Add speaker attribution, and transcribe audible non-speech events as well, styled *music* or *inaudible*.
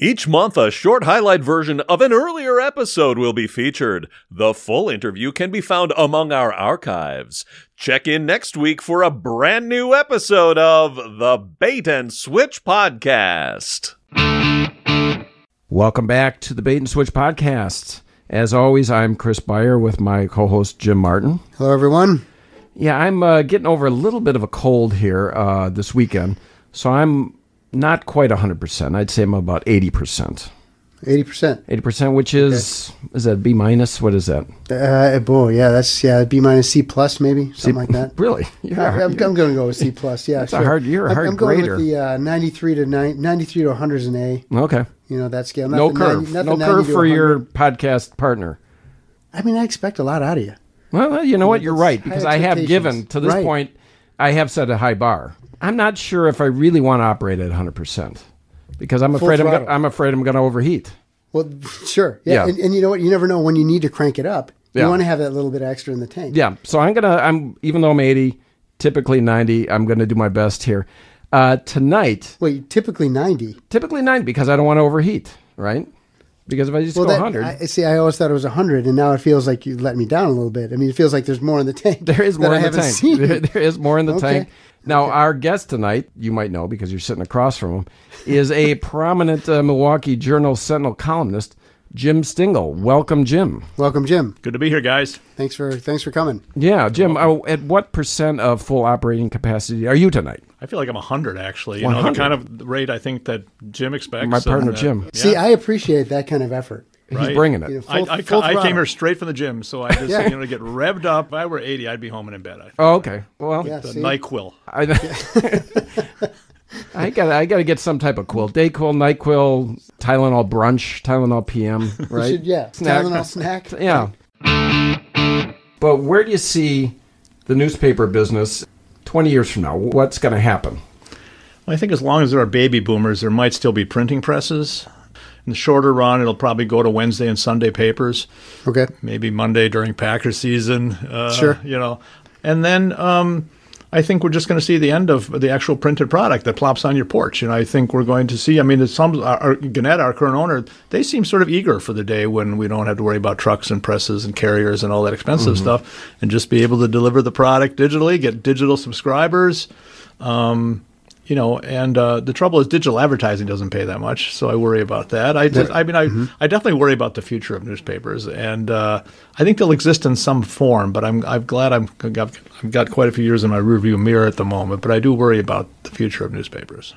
Speaker 1: Each month, a short highlight version of an earlier episode will be featured. The full interview can be found among our archives. Check in next week for a brand new episode of the Bait and Switch Podcast.
Speaker 2: Welcome back to the Bait and Switch podcast. As always, I'm Chris Beyer with my co-host Jim Martin.
Speaker 3: Hello, everyone.
Speaker 2: Yeah, I'm uh, getting over a little bit of a cold here uh, this weekend, so I'm not quite 100%. I'd say I'm about 80%.
Speaker 3: 80%.
Speaker 2: 80%, which is, is that B minus? What is that?
Speaker 3: Uh, boy, yeah, that's yeah, B minus C plus maybe something
Speaker 2: *laughs*
Speaker 3: like that.
Speaker 2: Really? Yeah.
Speaker 3: I- I'm, I'm going to go with C plus. Yeah,
Speaker 2: a
Speaker 3: sure.
Speaker 2: hard- you're a
Speaker 3: I'm-
Speaker 2: hard
Speaker 3: I'm going
Speaker 2: grader.
Speaker 3: with the uh, 93 to 9, 93 to 100 is an A.
Speaker 2: okay.
Speaker 3: You know that scale. Not
Speaker 2: No
Speaker 3: the
Speaker 2: curve.
Speaker 3: 90 not the
Speaker 2: no
Speaker 3: 90
Speaker 2: curve
Speaker 3: to
Speaker 2: for
Speaker 3: 100.
Speaker 2: your podcast partner.
Speaker 3: I mean, I expect a lot out of you.
Speaker 2: Well, you know what? You're
Speaker 3: that's
Speaker 2: right
Speaker 3: high
Speaker 2: because I have
Speaker 3: expectations.
Speaker 2: given to this
Speaker 3: Right.
Speaker 2: point. I have set a high bar. I'm not sure if I really want to operate at 100 percent because I'm afraid I'm, go-
Speaker 3: throttle.
Speaker 2: I'm afraid I'm going to overheat.
Speaker 3: Well, *laughs* sure. Yeah,
Speaker 2: Yeah.
Speaker 3: And, and you know what? You never know when you need to crank it up.
Speaker 2: Yeah.
Speaker 3: You want to have that little bit extra in the tank.
Speaker 2: Yeah, so I'm gonna. I'm even though I'm 80, typically 90. I'm going to do my best here uh, tonight.
Speaker 3: Wait, typically 90.
Speaker 2: Typically 90 because I don't want to overheat. Right? Because if I just go
Speaker 3: that-
Speaker 2: 100,
Speaker 3: I, see, I always thought it was 100, and now it feels like you let me down a little bit. I mean, it feels like there's more in the tank.
Speaker 2: There is
Speaker 3: *laughs* that
Speaker 2: more
Speaker 3: I
Speaker 2: in the
Speaker 3: haven't
Speaker 2: tank.
Speaker 3: seen.
Speaker 2: There- *laughs* there is more in the
Speaker 3: Okay.
Speaker 2: tank. Now, our guest tonight, you might know because you're sitting across from him, is
Speaker 3: *laughs*
Speaker 2: a prominent uh, Milwaukee Journal Sentinel columnist, Jim Stingle. Welcome, Jim.
Speaker 3: Welcome, Jim.
Speaker 4: Good to be here, guys.
Speaker 3: Thanks for thanks for coming.
Speaker 2: Yeah, Jim. Oh, at what percent of full operating capacity are you tonight?
Speaker 4: I feel like I'm 100, actually. You know, the
Speaker 2: 100?
Speaker 4: kind of rate I think that Jim expects.
Speaker 2: My
Speaker 4: and
Speaker 2: partner,
Speaker 4: that-
Speaker 2: Jim.
Speaker 4: Yeah,
Speaker 3: See, I appreciate that kind of effort.
Speaker 2: He's
Speaker 4: right.
Speaker 2: bringing it.
Speaker 3: You know,
Speaker 4: I,
Speaker 3: full-
Speaker 4: I,
Speaker 3: full
Speaker 4: I
Speaker 3: throttle.
Speaker 4: came here straight from the gym, so I just, you know, to get revved up. If I were 80, I'd be home and in bed. I think.
Speaker 2: Oh, okay. Well,
Speaker 3: Yeah,
Speaker 4: the
Speaker 3: see?
Speaker 4: NyQuil.
Speaker 2: I, *laughs* I got I got to get some type of quill, day quill, night quill, Tylenol brunch, Tylenol
Speaker 3: *laughs*
Speaker 2: PM,
Speaker 3: You
Speaker 2: right?
Speaker 3: should- yeah,
Speaker 2: Snack. *laughs*
Speaker 3: Tylenol snack.
Speaker 2: Yeah. But where do you see the newspaper business 20 years from now? What's going to happen?
Speaker 4: Well, I think as long as there are baby boomers, there might still be printing presses. In the shorter run, it'll probably go to Wednesday and Sunday papers.
Speaker 3: Okay.
Speaker 4: maybe Monday during Packer season. Uh,
Speaker 3: Sure.
Speaker 4: You know, and then um, I think we're just going to see the end of the actual printed product that plops on your porch. And I think we're going to see. I mean, it's some our, our Gannett, our current owner, they seem sort of eager for the day when we don't have to worry about trucks and presses and carriers and all that expensive stuff, and just be able to deliver the product digitally, get digital subscribers. Um, you know, and uh, the trouble is digital advertising doesn't pay that much, so I worry about that. I, just, I mean, I, I definitely worry about the future of newspapers, and uh, I think they'll exist in some form. But I'm, I'm glad I'm, I've got- I've got quite a few years in my rearview mirror at the moment, but I do worry about the future of newspapers.